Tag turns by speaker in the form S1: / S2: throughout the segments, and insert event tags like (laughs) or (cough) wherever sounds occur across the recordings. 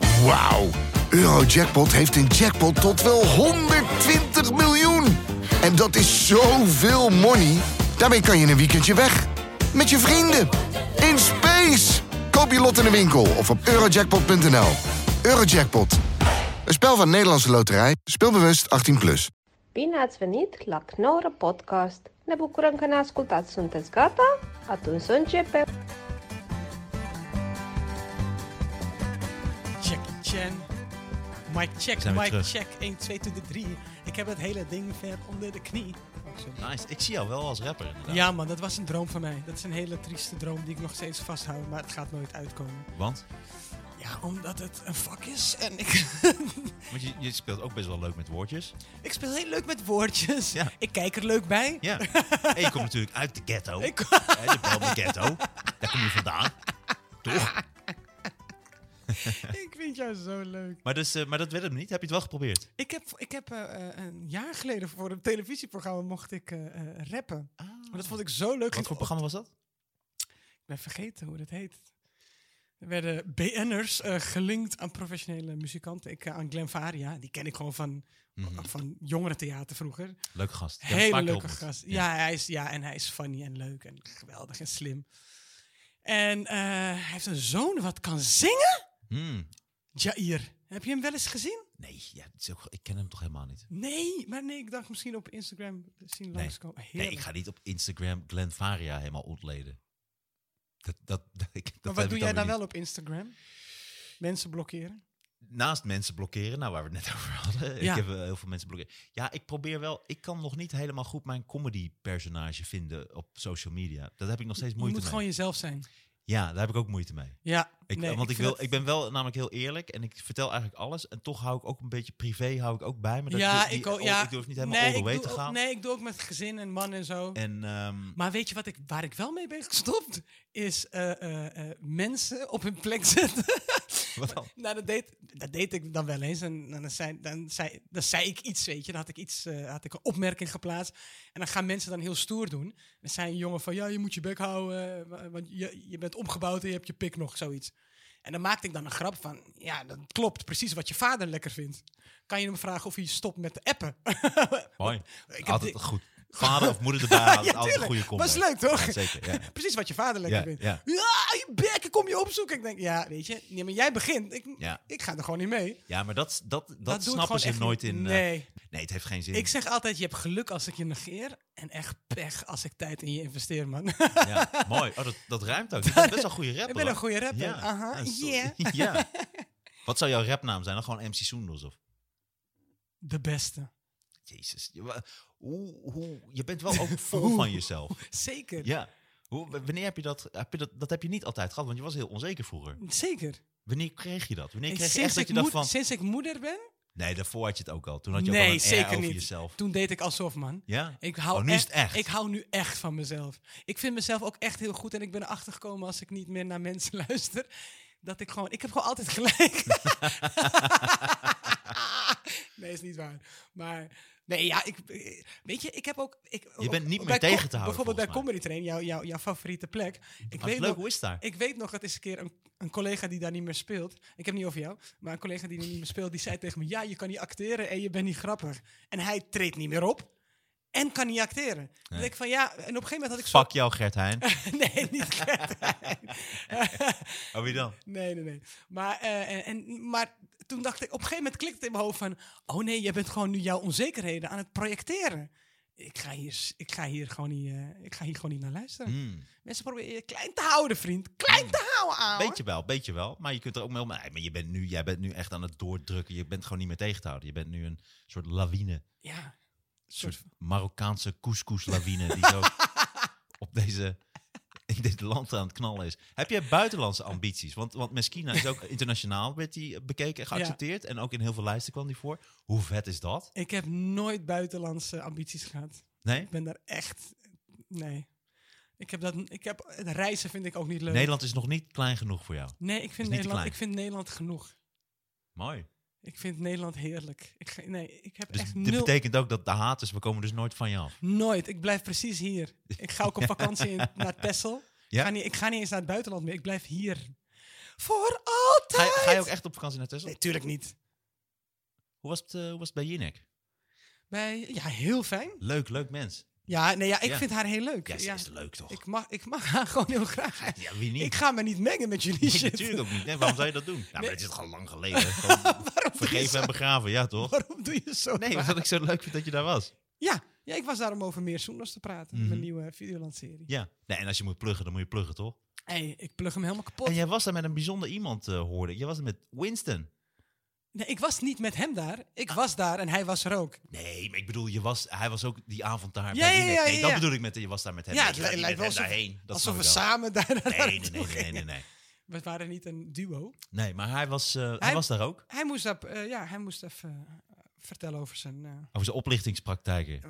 S1: Wauw. Eurojackpot heeft een jackpot tot wel 120 miljoen. En dat is zoveel money. Daarmee kan je in een weekendje weg. Met je vrienden. In space. Koop je lot in de winkel of op eurojackpot.nl. Eurojackpot. Een spel van Nederlandse Loterij. Speelbewust 18+. Plus.
S2: Bine ați venit la Knorr Podcast! Ne bucurăm că ne ascultați! Sunteți gata? Atunci să începem!
S3: Check, Chen. Mike check,
S4: Zijn we
S3: Mike
S4: terug.
S3: check. 1, 2, 2, 3. Ik heb het hele ding ver onder de knie.
S4: Oh, Nice. Ik zie jou wel als rapper. Inderdaad.
S3: Ja man, dat was een droom van mij. Dat is een hele trieste droom die ik nog steeds vasthoud, maar het gaat nooit uitkomen.
S4: Want,
S3: Ja, omdat het een vak is en ik, (laughs)
S4: want je, je speelt ook best wel leuk met woordjes.
S3: ik speel heel leuk met woordjes.
S4: Ja.
S3: Ik kijk er leuk bij. (laughs)
S4: Ja. en je komt natuurlijk uit de ghetto. (laughs)
S3: Ik-
S4: Hè, de Belmer ghetto. Daar kom je vandaan. Toch?
S3: ik vind jou zo leuk.
S4: Maar, dus, eh, maar dat werd hem niet. Heb je het wel geprobeerd?
S3: Ik heb, ik heb eh, eh, een jaar geleden voor een televisieprogramma mocht ik eh, eh, rappen. Maar dat vond ik zo leuk.
S4: Oh, Wat voor programma was dat?
S3: Ik ben vergeten hoe dat heet. Er werden BN'ers eh, gelinkt aan professionele muzikanten. Ik, eh, aan Glenn Varia, die ken ik gewoon van,
S4: Mhm.
S3: van jongerentheater vroeger.
S4: Leuke gast. Ik heb hem een
S3: Hele
S4: paar keer
S3: leuke
S4: ontmoet.
S3: gast. Ja. hij is, ja, en hij is funny en leuk en geweldig en slim. En eh, hij heeft een zoon wat kan zingen.
S4: Hmm.
S3: Jair, heb je hem wel eens gezien?
S4: Nee, ja, het is ook- ik ken hem toch helemaal niet.
S3: Nee, maar nee, ik dacht misschien op Instagram zien
S4: Nee.
S3: langskomen.
S4: Nee,
S3: Heerlijk.
S4: ik ga niet op Instagram Glenn Faria helemaal ontleden. Dat, dat, (laughs) dat, ik- dat
S3: maar
S4: heb
S3: wat
S4: ik
S3: doe jij
S4: weer
S3: dan
S4: niet.
S3: wel op Instagram? Mensen blokkeren?
S4: naast mensen blokkeren, nou waar we het net (laughs) over hadden.
S3: Ja.
S4: Ik heb eh, heel veel mensen blokkeren. Ja, ik probeer wel. Ik kan nog niet helemaal goed mijn comedy-personage vinden op social media. Dat heb ik nog steeds
S3: je moet
S4: moeite mee.
S3: gewoon jezelf zijn.
S4: Ja, daar heb ik ook moeite mee.
S3: Ja,
S4: Ik,
S3: nee,
S4: want ik,
S3: vind
S4: wil,
S3: dat-
S4: ik ben wel namelijk heel eerlijk en ik vertel eigenlijk alles. En toch hou ik ook een beetje privé hou ik ook bij me. Dat
S3: ja,
S4: die- die-
S3: ik, ook-
S4: oh,
S3: ja,
S4: ik durf niet helemaal
S3: nee,
S4: all the
S3: ik
S4: way
S3: doe
S4: te
S3: ook-
S4: gaan.
S3: Nee, ik doe ook met gezin en man en zo.
S4: En ehm, (laughs)
S3: maar weet je wat ik, waar ik wel mee ben gestopt? (laughs) Is eh, eh, eh, mensen op hun plek zetten. (laughs)
S4: wat dan?
S3: nou, dat deed, dat deed ik dan wel eens. En, dan, zei, dan, zei, dan zei ik iets, weet je. Dan had ik, iets, eh, had ik een opmerking geplaatst. En dan gaan mensen dan heel stoer doen. En dan zei een jongen van, ja, je moet je bek houden. eh, wa- Want je, je bent omgebouwd en je hebt je pik nog, zoiets. En dan maakte ik dan een grap van, ja, dat klopt. Precies wat je vader lekker vindt. Kan je hem vragen of hij stopt met de appen? (laughs)
S4: Mooi.
S3: heb
S4: altijd
S3: di-
S4: goed. Vader of
S3: (laughs)
S4: moeder erbij, altijd, altijd een
S3: tuurlijk.
S4: goede combo.
S3: Was leuk, toch?
S4: Ja, zeker, ja.
S3: (laughs) Precies wat je vader lekker
S4: Ja,
S3: vindt.
S4: ja.
S3: Ja. je bek, ik kom je opzoeken. Ik denk, ja, weet je, nee, maar jij begint. Ik,
S4: Ja.
S3: ik ga er gewoon niet mee.
S4: Ja, maar dat, dat, dat,
S3: doe ik
S4: snappen
S3: gewoon
S4: ze
S3: echt
S4: nooit
S3: niet.
S4: in... eh,
S3: Nee.
S4: nee, het heeft geen zin.
S3: Ik zeg altijd, je hebt geluk als ik je negeer. En echt pech als ik tijd in je investeer, man. (laughs)
S4: Ja, mooi. Oh, dat, dat ruimt ook. Je bent best wel een goede rapper.
S3: Ik ben een
S4: hoor.
S3: goede rapper. Aha,
S4: dat is toch- (laughs)
S3: yeah.
S4: ja.
S3: (laughs)
S4: Wat zou jouw rapnaam zijn? Dan gewoon MC Soendels of...
S3: De beste.
S4: Jezus. Je, wa- hoe, hoe, je bent wel
S3: (laughs)
S4: ook vol van jezelf.
S3: Zeker.
S4: Ja. Hoe, w- wanneer heb je, dat, heb je dat... Dat heb je niet altijd gehad, want je was heel onzeker vroeger.
S3: Zeker.
S4: Wanneer kreeg je dat? Wanneer
S3: En
S4: kreeg je echt
S3: sinds,
S4: dat
S3: ik
S4: je dacht
S3: moed-
S4: van...
S3: sinds ik moeder ben,
S4: Nee, daarvoor had je het ook al. Toen had je ook
S3: nee,
S4: al een air
S3: zeker
S4: over
S3: niet.
S4: jezelf.
S3: Toen deed ik alsof, man.
S4: Ja?
S3: Ik hou
S4: Oh, nu is het echt.
S3: Ik hou nu echt van mezelf. Ik vind mezelf ook echt heel goed. En ik ben erachter gekomen als ik niet meer naar mensen (laughs) luister. Dat ik gewoon... Ik heb gewoon altijd gelijk. (laughs) nee, is niet waar. Maar... Nee, ja, ik, weet je, ik heb ook... Ik,
S4: Je bent niet
S3: bij
S4: meer
S3: co-
S4: tegen te houden,
S3: Bijvoorbeeld bij
S4: volgens mij.
S3: Comedy Train, jouw, jouw, jouw favoriete plek. Ik
S4: Ah,
S3: weet,
S4: leuk,
S3: nog,
S4: hoe is het daar?
S3: ik weet nog, dat is een keer een, een collega die daar niet meer speelt. Ik heb het niet over jou, maar een collega die er niet meer speelt, die zei tegen me: Ja, je kan niet acteren en je bent niet grappig. En hij treedt niet meer op en kan niet acteren. Dan denk ik van ja, en op een gegeven moment had ik. zo-
S4: Fuck jou, Gert Heijn.
S3: (laughs) nee, niet (laughs) Gert Heijn.
S4: Oh, wie dan?
S3: nee, nee, nee. Maar, eh, en- en, maar toen dacht ik, op een gegeven moment klikte het in mijn hoofd van: Oh nee, je bent gewoon nu jouw onzekerheden aan het projecteren. Ik ga hier, s- ik ga hier, gewoon, niet, eh, ik ga hier gewoon niet naar luisteren.
S4: Hmm.
S3: Mensen proberen je klein te houden, vriend. Klein te houden, aan.
S4: Beetje wel, beetje wel. Maar je kunt er ook mee om. Nee, maar je bent nu, jij bent nu echt aan het doordrukken. Je bent gewoon niet meer tegen te houden. Je bent nu een soort lawine. Een
S3: Ja.
S4: soort Marokkaanse couscous-lawine. die
S3: (laughs)
S4: zo op deze, in dit land aan het knallen is. Heb jij buitenlandse ambities? Want, want Meskina
S3: (laughs)
S4: is ook internationaal werd die bekeken en geaccepteerd. En ook in heel veel lijsten kwam die voor. Hoe vet is dat?
S3: Ik heb nooit buitenlandse ambities gehad.
S4: Nee?
S3: Ik ben daar echt. Nee. Ik heb dat. Ik heb, het reizen vind ik ook niet leuk.
S4: Nederland is nog niet klein genoeg voor jou.
S3: Nee, ik vind,
S4: niet te
S3: Nederland,
S4: klein.
S3: ik vind Nederland genoeg.
S4: Mooi.
S3: Ik vind Nederland heerlijk. Ik, ge- nee, ik heb
S4: Dus
S3: echt
S4: dit
S3: nul,
S4: betekent ook dat de haters, we komen dus nooit van je af.
S3: nooit. Ik blijf precies hier.
S4: (laughs)
S3: Ik ga ook op vakantie in- naar Texel.
S4: Ja?
S3: Ik, ga niet, ik ga niet eens naar het buitenland meer. Ik blijf hier. Voor
S4: Ga,
S3: altijd.
S4: je- ga je ook echt op vakantie naar Texel?
S3: Nee, tuurlijk niet.
S4: Hoe, was het, eh, hoe was het bij Jinek?
S3: Bij, ja, heel fijn.
S4: Leuk, leuk mens.
S3: Ja, nee, ja ik
S4: Ja.
S3: vind haar heel leuk.
S4: Ja, ze
S3: Ja,
S4: is leuk toch?
S3: ik, mag, ik mag haar (laughs) gewoon heel graag.
S4: ja, wie niet?
S3: (laughs) Ik ga me niet mengen met jullie
S4: Nee,
S3: shit.
S4: natuurlijk ook niet. Nee, waarom zou je dat doen? Ja, maar
S3: Nee.
S4: het is toch al lang geleden.
S3: (laughs)
S4: Gewoon
S3: Waarom doe, je
S4: vergeven
S3: (laughs) zo,
S4: en begraven, ja toch?
S3: waarom doe je zo?
S4: Nee,
S3: raar?
S4: (laughs) omdat ik zo leuk vind dat je daar was.
S3: ja, ja, ik was daar om over meer Soenders te praten.
S4: Mhm.
S3: Mijn nieuwe Videoland-serie.
S4: Ja. Nee, en als je moet pluggen, dan moet je pluggen, toch?
S3: Hey, ik plug hem helemaal kapot.
S4: En jij was daar met een bijzonder iemand, eh, hoorde ik. Jij was er met Winston.
S3: Nee, ik was niet met hem daar. Ik was daar en hij was er ook.
S4: Nee, maar ik bedoel, je was, hij was ook die avond daar.
S3: Ja,
S4: bij
S3: ja,
S4: Jinek.
S3: ja,
S4: nee,
S3: ja,
S4: dat
S3: ja.
S4: bedoel ik met, je was daar met hem.
S3: Ja,
S4: Nee,
S3: het
S4: je gaat niet
S3: lijkt
S4: met
S3: wel
S4: hem
S3: alsof-
S4: daarheen. Dat
S3: Alsof we
S4: snap ik wel.
S3: samen daar naar
S4: Nee, nee,
S3: naartoe (laughs)
S4: nee, nee,
S3: gingen.
S4: nee, nee.
S3: We waren niet een duo.
S4: Nee, maar hij was, eh, hij,
S3: Hij-
S4: was daar ook.
S3: Hij moest, dat, eh, ja, hij moest even eh, vertellen over zijn... eh,
S4: Over zijn oplichtingspraktijken.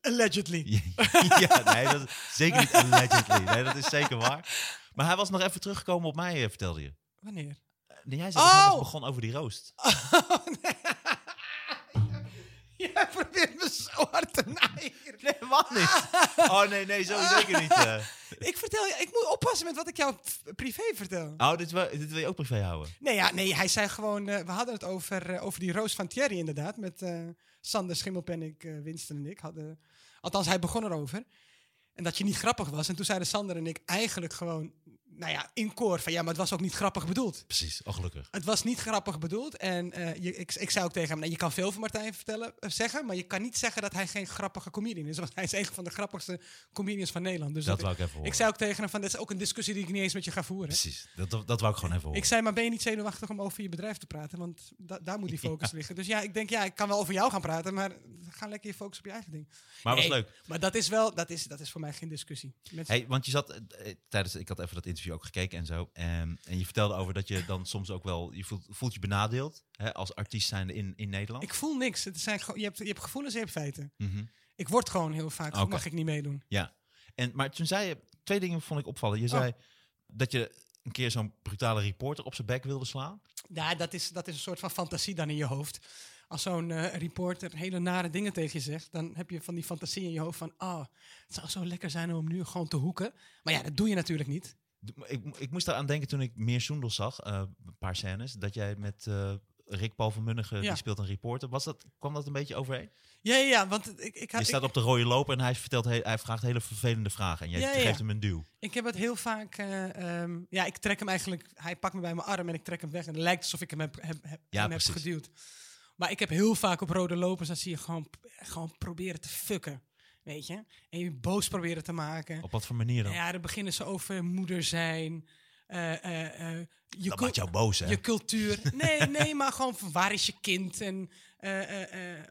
S3: allegedly.
S4: Ja, (laughs) ja, nee, dat is zeker niet allegedly. Nee, dat is zeker waar. Maar hij was nog even teruggekomen op mij, eh, vertelde je.
S3: Wanneer? (laughs)
S4: Nee, jij zei dat
S3: Oh!
S4: hij nog begon over die roost.
S3: Jij probeert me zo hard te naaien.
S4: Nee, man niet. Oh, nee, nee, zo zeker niet. eh.
S3: Ik vertel je, ik moet oppassen met wat ik jou f- privé vertel.
S4: Oh, dit wil, dit wil je ook privé houden?
S3: Nee, ja, nee, hij zei gewoon, eh, we hadden het over, eh, over die roos van Thierry inderdaad. Met eh, Sander Schimmelpennik, eh Winston en ik hadden... Althans, hij begon erover. En dat je niet grappig was. En toen zeiden Sander en ik eigenlijk gewoon, nou ja, in koor van... Ja, maar het was ook niet grappig bedoeld.
S4: Precies, oh gelukkig.
S3: Het was niet grappig bedoeld. En eh, je, ik, ik zei ook tegen hem, nou, je kan veel van Martijn vertellen, eh, zeggen... maar je kan niet zeggen dat hij geen grappige comedian is. Want hij is een van de grappigste comedians van Nederland. Dus
S4: Dat
S3: dat-
S4: wou ik even horen.
S3: ik zei ook tegen hem, van, dit is ook een discussie die ik niet eens met je ga voeren.
S4: Precies, dat, dat, dat wou ik gewoon even horen.
S3: Ik zei, maar ben je niet zenuwachtig om over je bedrijf te praten? Want da- daar
S4: (laughs)
S3: moet die focus liggen. Dus ja, ik denk, ja, ik kan wel over jou gaan praten, maar ga lekker je focus op je eigen ding.
S4: maar het was
S3: Nee,
S4: leuk.
S3: Maar dat is wel, dat is, dat is voor mij geen discussie. Mensen-
S4: Hey, want je zat eh, eh, tijdens, ik had even dat interview ook gekeken en zo. En, en je vertelde over dat je dan soms ook wel, je voelt, voelt je benadeeld hè, als artiest zijnde in, in Nederland.
S3: Ik voel niks. Het zijn, gewoon- je, hebt, je hebt gevoelens, je hebt feiten.
S4: Mhm.
S3: Ik word gewoon heel vaak,
S4: Oké.
S3: mag ik niet meedoen.
S4: Ja. En, maar toen zei je, twee dingen vond ik opvallen. Je
S3: Oh.
S4: zei dat je een keer zo'n brutale reporter op zijn bek wilde slaan.
S3: Ja, dat is, dat is een soort van fantasie dan in je hoofd. Als zo'n eh, reporter hele nare dingen tegen je zegt, dan heb je van die fantasie in je hoofd van, ah, het zou zo lekker zijn om hem nu gewoon te hoeken. Maar ja, dat doe je natuurlijk niet.
S4: D- maar Ik, ik moest daaraan denken toen ik meer Soendel zag, eh, een paar scènes, dat jij met eh, Rick Paul van Munnigen,
S3: Ja.
S4: die speelt een reporter. Was dat, kwam dat een beetje overeen?
S3: Ja, ja, ja, want ik, ik,
S4: je
S3: had, ik,
S4: staat op de rode loper en hij, vertelt, he- hij vraagt hele vervelende vragen. En jij
S3: Ja, ja,
S4: geeft
S3: ja.
S4: hem een duw.
S3: Ik heb het heel vaak. eh, ehm, ja, ik trek hem eigenlijk. Hij pakt me bij mijn arm en ik trek hem weg. En het lijkt alsof ik hem heb, heb, heb,
S4: Ja,
S3: hem heb
S4: precies.
S3: geduwd. Maar ik heb heel vaak op rode lopers. Dan zie je gewoon, gewoon proberen te fucken. Weet je? En je boos proberen te maken.
S4: Op wat voor manier dan?
S3: Ja, dan beginnen ze over moeder zijn. eh, eh, eh, je
S4: dat
S3: cul-
S4: maakt jou boos, hè?
S3: je cultuur. Nee, nee, maar gewoon van waar is je kind? En eh, eh, eh,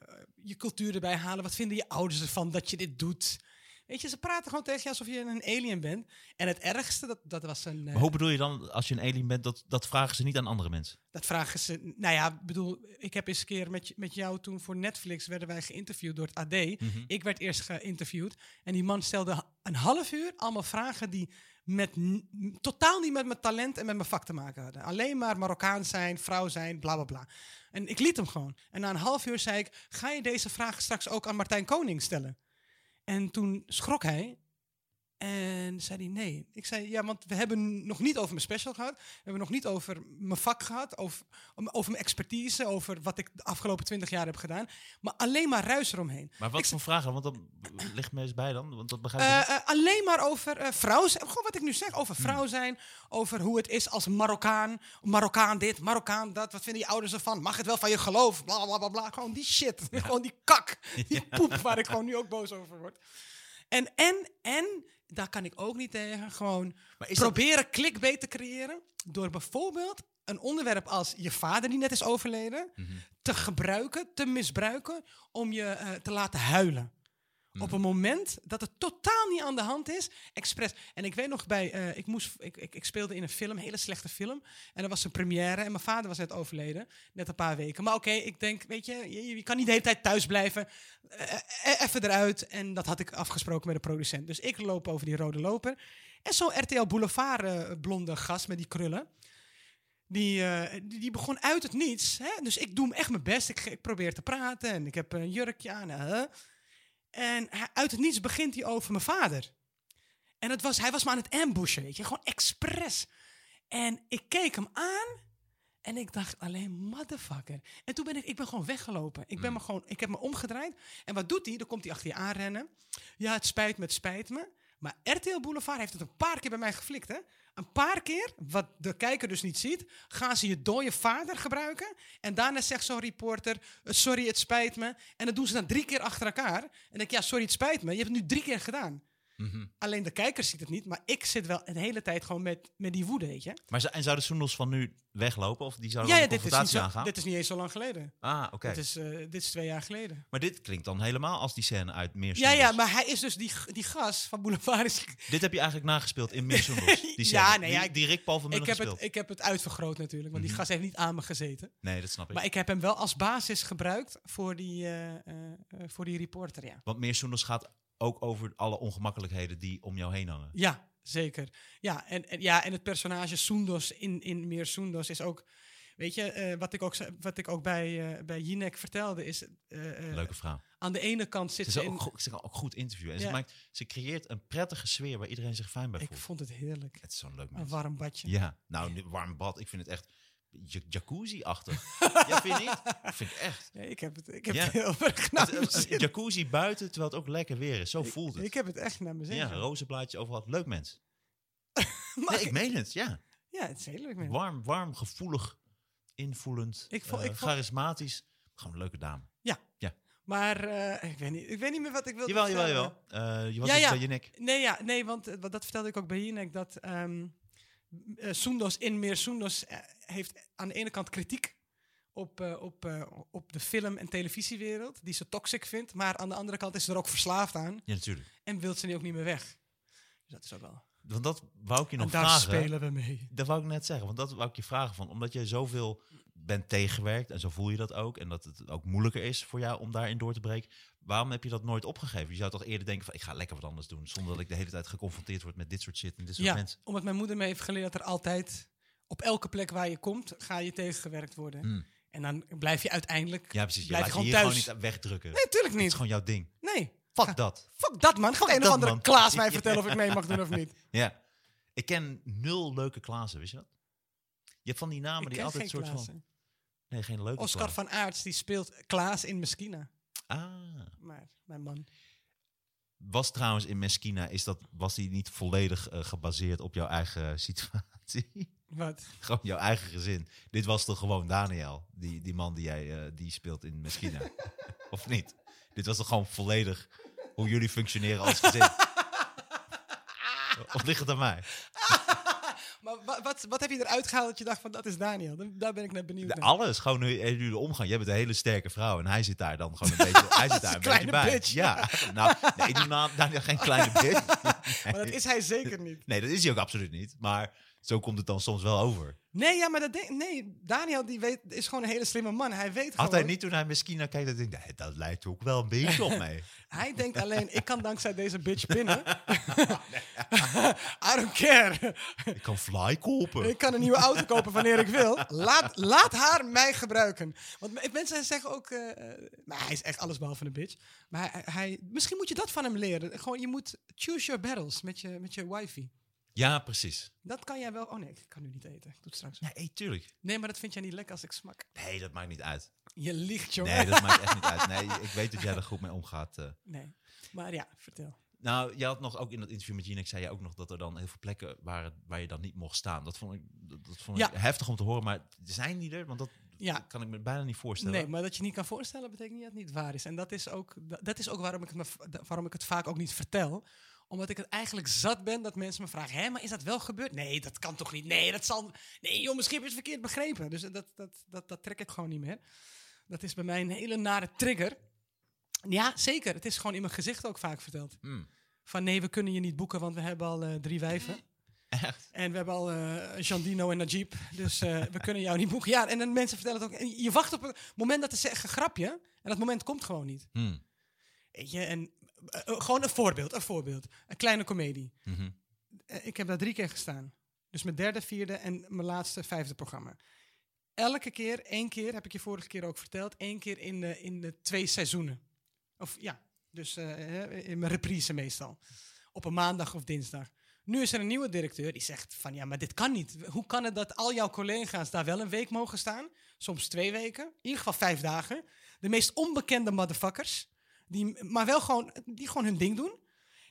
S3: je cultuur erbij halen. Wat vinden je ouders ervan dat je dit doet? Weet je, ze praten gewoon tegen je alsof je een alien bent. En het ergste, dat, dat was een... eh,
S4: Maar hoe bedoel je dan, als je een alien bent, dat, dat vragen ze niet aan andere mensen?
S3: dat vragen ze... Nou ja, ik bedoel, ik heb eens een keer met, je- met jou toen voor Netflix... werden wij geïnterviewd door het AD. Ik werd eerst geïnterviewd. En die man stelde ha- een half uur allemaal vragen die... Met, n- m- totaal niet met mijn talent en met mijn vak te maken hadden. Alleen maar Marokkaan zijn, vrouw zijn, bla bla bla. En ik liet hem gewoon. En na een half uur zei ik: Ga je deze vraag straks ook aan Martijn Koning stellen? En toen schrok hij. En zei hij nee. Ik zei ja, want we hebben nog niet over mijn special gehad. We hebben nog niet over mijn vak gehad. Over, om- over mijn expertise. Over wat ik de afgelopen twintig jaar heb gedaan. Maar alleen maar ruis eromheen.
S4: Maar wat voor vragen? Want dan ligt me eens bij dan, want dat begrijp ik niet.
S3: Eh, eh, alleen maar over eh, vrouw zijn. Gewoon wat ik nu zeg. Over
S4: Hmm.
S3: vrouw zijn. Over hoe het is als Marokkaan. Marokkaan dit, Marokkaan dat. Wat vinden je ouders ervan? Mag het wel van je geloof? Bla bla bla bla. Gewoon die shit. (laughs) gewoon die kak.
S4: (laughs)
S3: Die poep waar ik gewoon nu ook boos over word. En, en, en, daar kan ik ook niet tegen. Gewoon
S4: Maar is dat-
S3: proberen clickbait te creëren. Door bijvoorbeeld een onderwerp als je vader die net is overleden.
S4: Mhm.
S3: te gebruiken, te misbruiken. om je eh, te laten huilen. Op een moment dat het totaal niet aan de hand is, expres. En ik weet nog bij, eh, ik, moest, ik, ik, ik speelde in een film, een hele slechte film. En er was een première en mijn vader was net overleden, net een paar weken. Maar oké, ik denk, weet je, je, je kan niet de hele tijd thuis blijven. Eh, eh, even eruit. En dat had ik afgesproken met de producent. Dus ik loop over die rode loper. En zo'n RTL Boulevard eh, blonde gast met die krullen. Die, eh, die, die begon uit het niets. Hè? Dus ik doe hem echt mijn best. Ik, ik probeer te praten en ik heb een jurkje aan. hè. En hij- uit het niets begint hij over mijn vader. En het was, hij was me aan het ambushen, weet je. Gewoon expres. En ik keek hem aan en ik dacht alleen, motherfucker. En toen ben ik, ik ben gewoon weggelopen. Ik, ben me gewoon, ik heb me omgedraaid. En wat doet hij? Dan komt hij achter je aanrennen. Ja, het spijt me, het spijt me. Maar RTL Boulevard heeft het een paar keer bij mij geflikt, hè? Een paar keer, wat de kijker dus niet ziet, gaan ze je dode vader gebruiken. En daarna zegt zo'n reporter, eh, sorry, het spijt me. En dat doen ze dan drie keer achter elkaar. En dan denk ik, ja, sorry, het spijt me. Je hebt het nu drie keer gedaan.
S4: Mhm.
S3: Alleen de kijker ziet het niet, maar ik zit wel de hele tijd gewoon met, met die woede, weet je.
S4: Maar zou- en zouden Soendels van nu weglopen? Of die zouden
S3: Ja,
S4: dan
S3: ja,
S4: een
S3: dit, is niet
S4: confrontatie
S3: zo,
S4: aangaan?
S3: dit is niet eens zo lang geleden.
S4: Ah, oké.
S3: Dit, is, eh, dit is twee jaar geleden.
S4: Maar dit klinkt dan helemaal als die scène uit Meer
S3: Ja, ja,
S4: Soendels.
S3: maar hij is dus die, die gas van Boulevard. Is,
S4: Dit heb je eigenlijk nagespeeld
S3: (laughs)
S4: in Meer Soendels, die scène.
S3: Ja, nee, ja,
S4: die,
S3: ik-
S4: die Rick Paul van
S3: ik,
S4: Mullen
S3: heb
S4: gespeeld. Mhm.
S3: het, ik heb het uitvergroot natuurlijk, want die gas heeft niet aan me gezeten.
S4: Nee, dat snap ik.
S3: Maar ik heb hem wel als basis gebruikt voor die, eh, eh, eh, voor die reporter, ja.
S4: Want Meer Soendels gaat ook over alle ongemakkelijkheden die om jou heen hangen.
S3: Ja, zeker. Ja, en, en, ja, en het personage Soendos in, in Meer Soendos is ook... Weet je, eh, wat, ik ook, ze- wat ik ook bij, eh, bij Jinek vertelde is... eh, eh,
S4: Leuke vrouw.
S3: Aan de ene kant zit
S4: Ze,
S3: ze,
S4: is
S3: in-
S4: ook, go- ze kan ook goed interviewen. En ze,
S3: Ja.
S4: maakt, ze creëert een prettige sfeer waar iedereen zich fijn bij
S3: Ik
S4: voelt.
S3: vond het heerlijk.
S4: Het is zo'n leuk
S3: Een
S4: mens.
S3: warm badje.
S4: Ja, nou, nu- warm bad. Ik vind het echt ja-
S3: (laughs)
S4: jacuzzi-achtig. ja, vind je niet? Dat vind ik echt.
S3: Nee, ik heb het, ik heb
S4: Ja.
S3: het heel erg naar
S4: Het- eh,
S3: mijn
S4: het- het-
S3: zin.
S4: jacuzzi buiten, terwijl het ook lekker weer is. Zo voelt het.
S3: Nou, Ik heb het echt naar mijn zin. (laughs)
S4: ja, rozenblaadjes overal. Leuk mens. Nee, ik meen het, ja.
S3: ja, het is heerlijk. man.
S4: Warm, warm, gevoelig, invoelend,
S3: Ik vo-
S4: eh,
S3: ik vo-
S4: charismatisch. Gewoon een leuke dame.
S3: Maar eh, ik, weet niet, ik weet niet meer wat ik wilde
S4: Jawel, jawel,
S3: vertellen.
S4: jawel. Eh, je was
S3: Ja,
S4: dus
S3: ja.
S4: bij je nek.
S3: Nee, ja, nee want eh, wat- dat vertelde ik ook bij Jinek. Dat ehm eh, Soendos in meer Soendos eh, heeft aan de ene kant kritiek op, eh, op, eh, op de film- en televisiewereld. Die ze toxic vindt. Maar aan de andere kant is ze er ook verslaafd aan.
S4: Ja, natuurlijk.
S3: En wil ze nu ook niet meer weg. Dus dat is ook wel...
S4: Want dat wou ik je nog
S3: En daar
S4: vragen.
S3: spelen we mee.
S4: Dat wou ik net zeggen, want dat wou ik je vragen van. Omdat jij zoveel bent tegengewerkt en zo voel je dat ook. En dat het ook moeilijker is voor jou om daarin door te breken. Waarom heb je dat nooit opgegeven? Je zou toch eerder denken van ik ga lekker wat anders doen. Zonder dat ik de hele tijd geconfronteerd word met dit soort shit en dit soort
S3: Ja,
S4: mensen.
S3: omdat mijn moeder me heeft geleerd dat er altijd... Op elke plek waar je komt, ga je tegengewerkt worden.
S4: Hmm.
S3: En dan blijf je uiteindelijk...
S4: Ja, precies. Je
S3: Blijf
S4: laat je
S3: gewoon
S4: hier
S3: thuis.
S4: gewoon niet wegdrukken.
S3: Nee, tuurlijk
S4: Het is
S3: niet.
S4: gewoon jouw ding.
S3: Nee.
S4: Fuck dat.
S3: Fuck dat, man. Gaat
S4: Fuck
S3: een of
S4: dat,
S3: andere
S4: man.
S3: Klaas mij
S4: Ja.
S3: vertellen of ik mee mag doen of niet.
S4: (laughs) Ja. Ik ken nul leuke Klaassen, wist je dat? Je hebt van die namen
S3: ik
S4: die
S3: ken
S4: altijd
S3: geen
S4: een soort
S3: Klaassen.
S4: van... Nee, geen leuke
S3: Oscar
S4: Klaassen.
S3: van Aerts, die speelt Klaas in Meskina.
S4: Ah.
S3: Maar, mijn man.
S4: Was trouwens in Meskina, is dat, was die niet volledig eh, gebaseerd op jouw eigen (laughs) situatie?
S3: Wat?
S4: gewoon jouw eigen gezin. Dit was toch gewoon Daniel, die, die man die jij eh, die speelt
S3: (laughs)
S4: in Meskina? of niet? Dit was toch gewoon volledig hoe jullie functioneren als gezin? of ligt het aan mij?
S3: Maar wa- wat, wat heb je eruit gehaald dat je dacht van, dat is Daniel? Dan- Daar ben ik naar benieuwd
S4: De,
S3: naar.
S4: alles, gewoon hoe hoe jullie omgaan. Jij bent een hele sterke vrouw en hij zit daar dan gewoon een beetje, hij
S3: (laughs)
S4: zit daar een
S3: Kleine
S4: beetje bij.
S3: bitch.
S4: Ja, nou, nee, die naam, Daniel, geen kleine bitch.
S3: (laughs) Maar dat is hij zeker niet.
S4: Nee, dat is hij ook absoluut niet. Maar zo komt het dan soms wel over.
S3: Nee, ja, maar dat denk- Nee, Daniel die weet, is gewoon een hele slimme man. Hij weet gewoon...
S4: Had hij niet toen hij misschien naar kijkt, dat ik denk, nee, dat lijkt ook wel een beetje
S3: (laughs)
S4: op mij.
S3: Hij denkt alleen, ik kan dankzij deze bitch
S4: (laughs)
S3: pinnen. (laughs) I don't care.
S4: Ik kan fly kopen.
S3: Ik kan een nieuwe auto kopen wanneer ik wil. Laat, laat haar mij gebruiken. Want me- mensen zeggen ook... eh, eh, maar hij is echt allesbehalve een bitch. Maar hij, hij, misschien moet je dat van hem leren. Gewoon, je moet choose your battles met je, met je wifi.
S4: Ja, precies.
S3: Dat kan jij wel... Oh nee, ik kan nu niet eten. Ik doe het straks. wel.
S4: Nee, tuurlijk.
S3: Nee, maar dat vind jij niet lekker als ik smak.
S4: Nee, dat maakt niet uit.
S3: Je liegt, jongen.
S4: Nee,
S3: Nee.
S4: dat maakt echt niet uit. Nee,
S3: (laughs)
S4: ik weet dat jij er goed mee omgaat. eh.
S3: Maar ja, vertel.
S4: Nou, je had nog ook in dat interview met Jinek, zei je ook nog dat er dan heel veel plekken waren waar je dan niet mocht staan. Dat vond ik, dat, dat vond ik
S3: Ja.
S4: heftig om te horen, maar zijn die er? Want dat
S3: Ja.
S4: kan ik me bijna niet voorstellen.
S3: Nee, maar dat je niet kan voorstellen betekent niet dat het niet waar is. En dat is ook, da- dat is ook waarom, ik het me, v- da- waarom ik het vaak ook niet vertel. Omdat ik het eigenlijk zat ben dat mensen me vragen: hé, maar is dat wel gebeurd? Nee, dat kan toch niet? Nee, dat zal. Nee, joh, misschien heb je het verkeerd begrepen. Dus dat, dat, dat, dat trek ik gewoon niet meer. Dat is bij mij een hele nare trigger. Ja, zeker. Het is gewoon in mijn gezicht ook vaak verteld.
S4: Hmm.
S3: Van nee, we kunnen je niet boeken, want we hebben al eh, drie wijven.
S4: Echt?
S3: En we hebben al eh Jandino en Najib, dus eh, we (laughs) kunnen jou niet boeken. Ja, en dan mensen vertellen het ook. En je wacht op het moment dat ze zeggen een grapje, en dat moment komt gewoon niet.
S4: Hmm.
S3: Weet je, en eh, eh, gewoon een voorbeeld, een voorbeeld. Een kleine komedie.
S4: Mhm.
S3: Eh, ik heb daar drie keer gestaan. Dus mijn derde, vierde en mijn laatste, vijfde programma. Elke keer, één keer, heb ik je vorige keer ook verteld, één keer in de, in de twee seizoenen. Of ja, dus eh, hè, in mijn reprise meestal. Op een maandag of dinsdag. Nu is er een nieuwe directeur die zegt van ja, maar dit kan niet. Hoe kan het dat al jouw collega's daar wel een week mogen staan? Soms twee weken, in ieder geval vijf dagen. De meest onbekende motherfuckers, die, maar wel gewoon, die gewoon hun ding doen.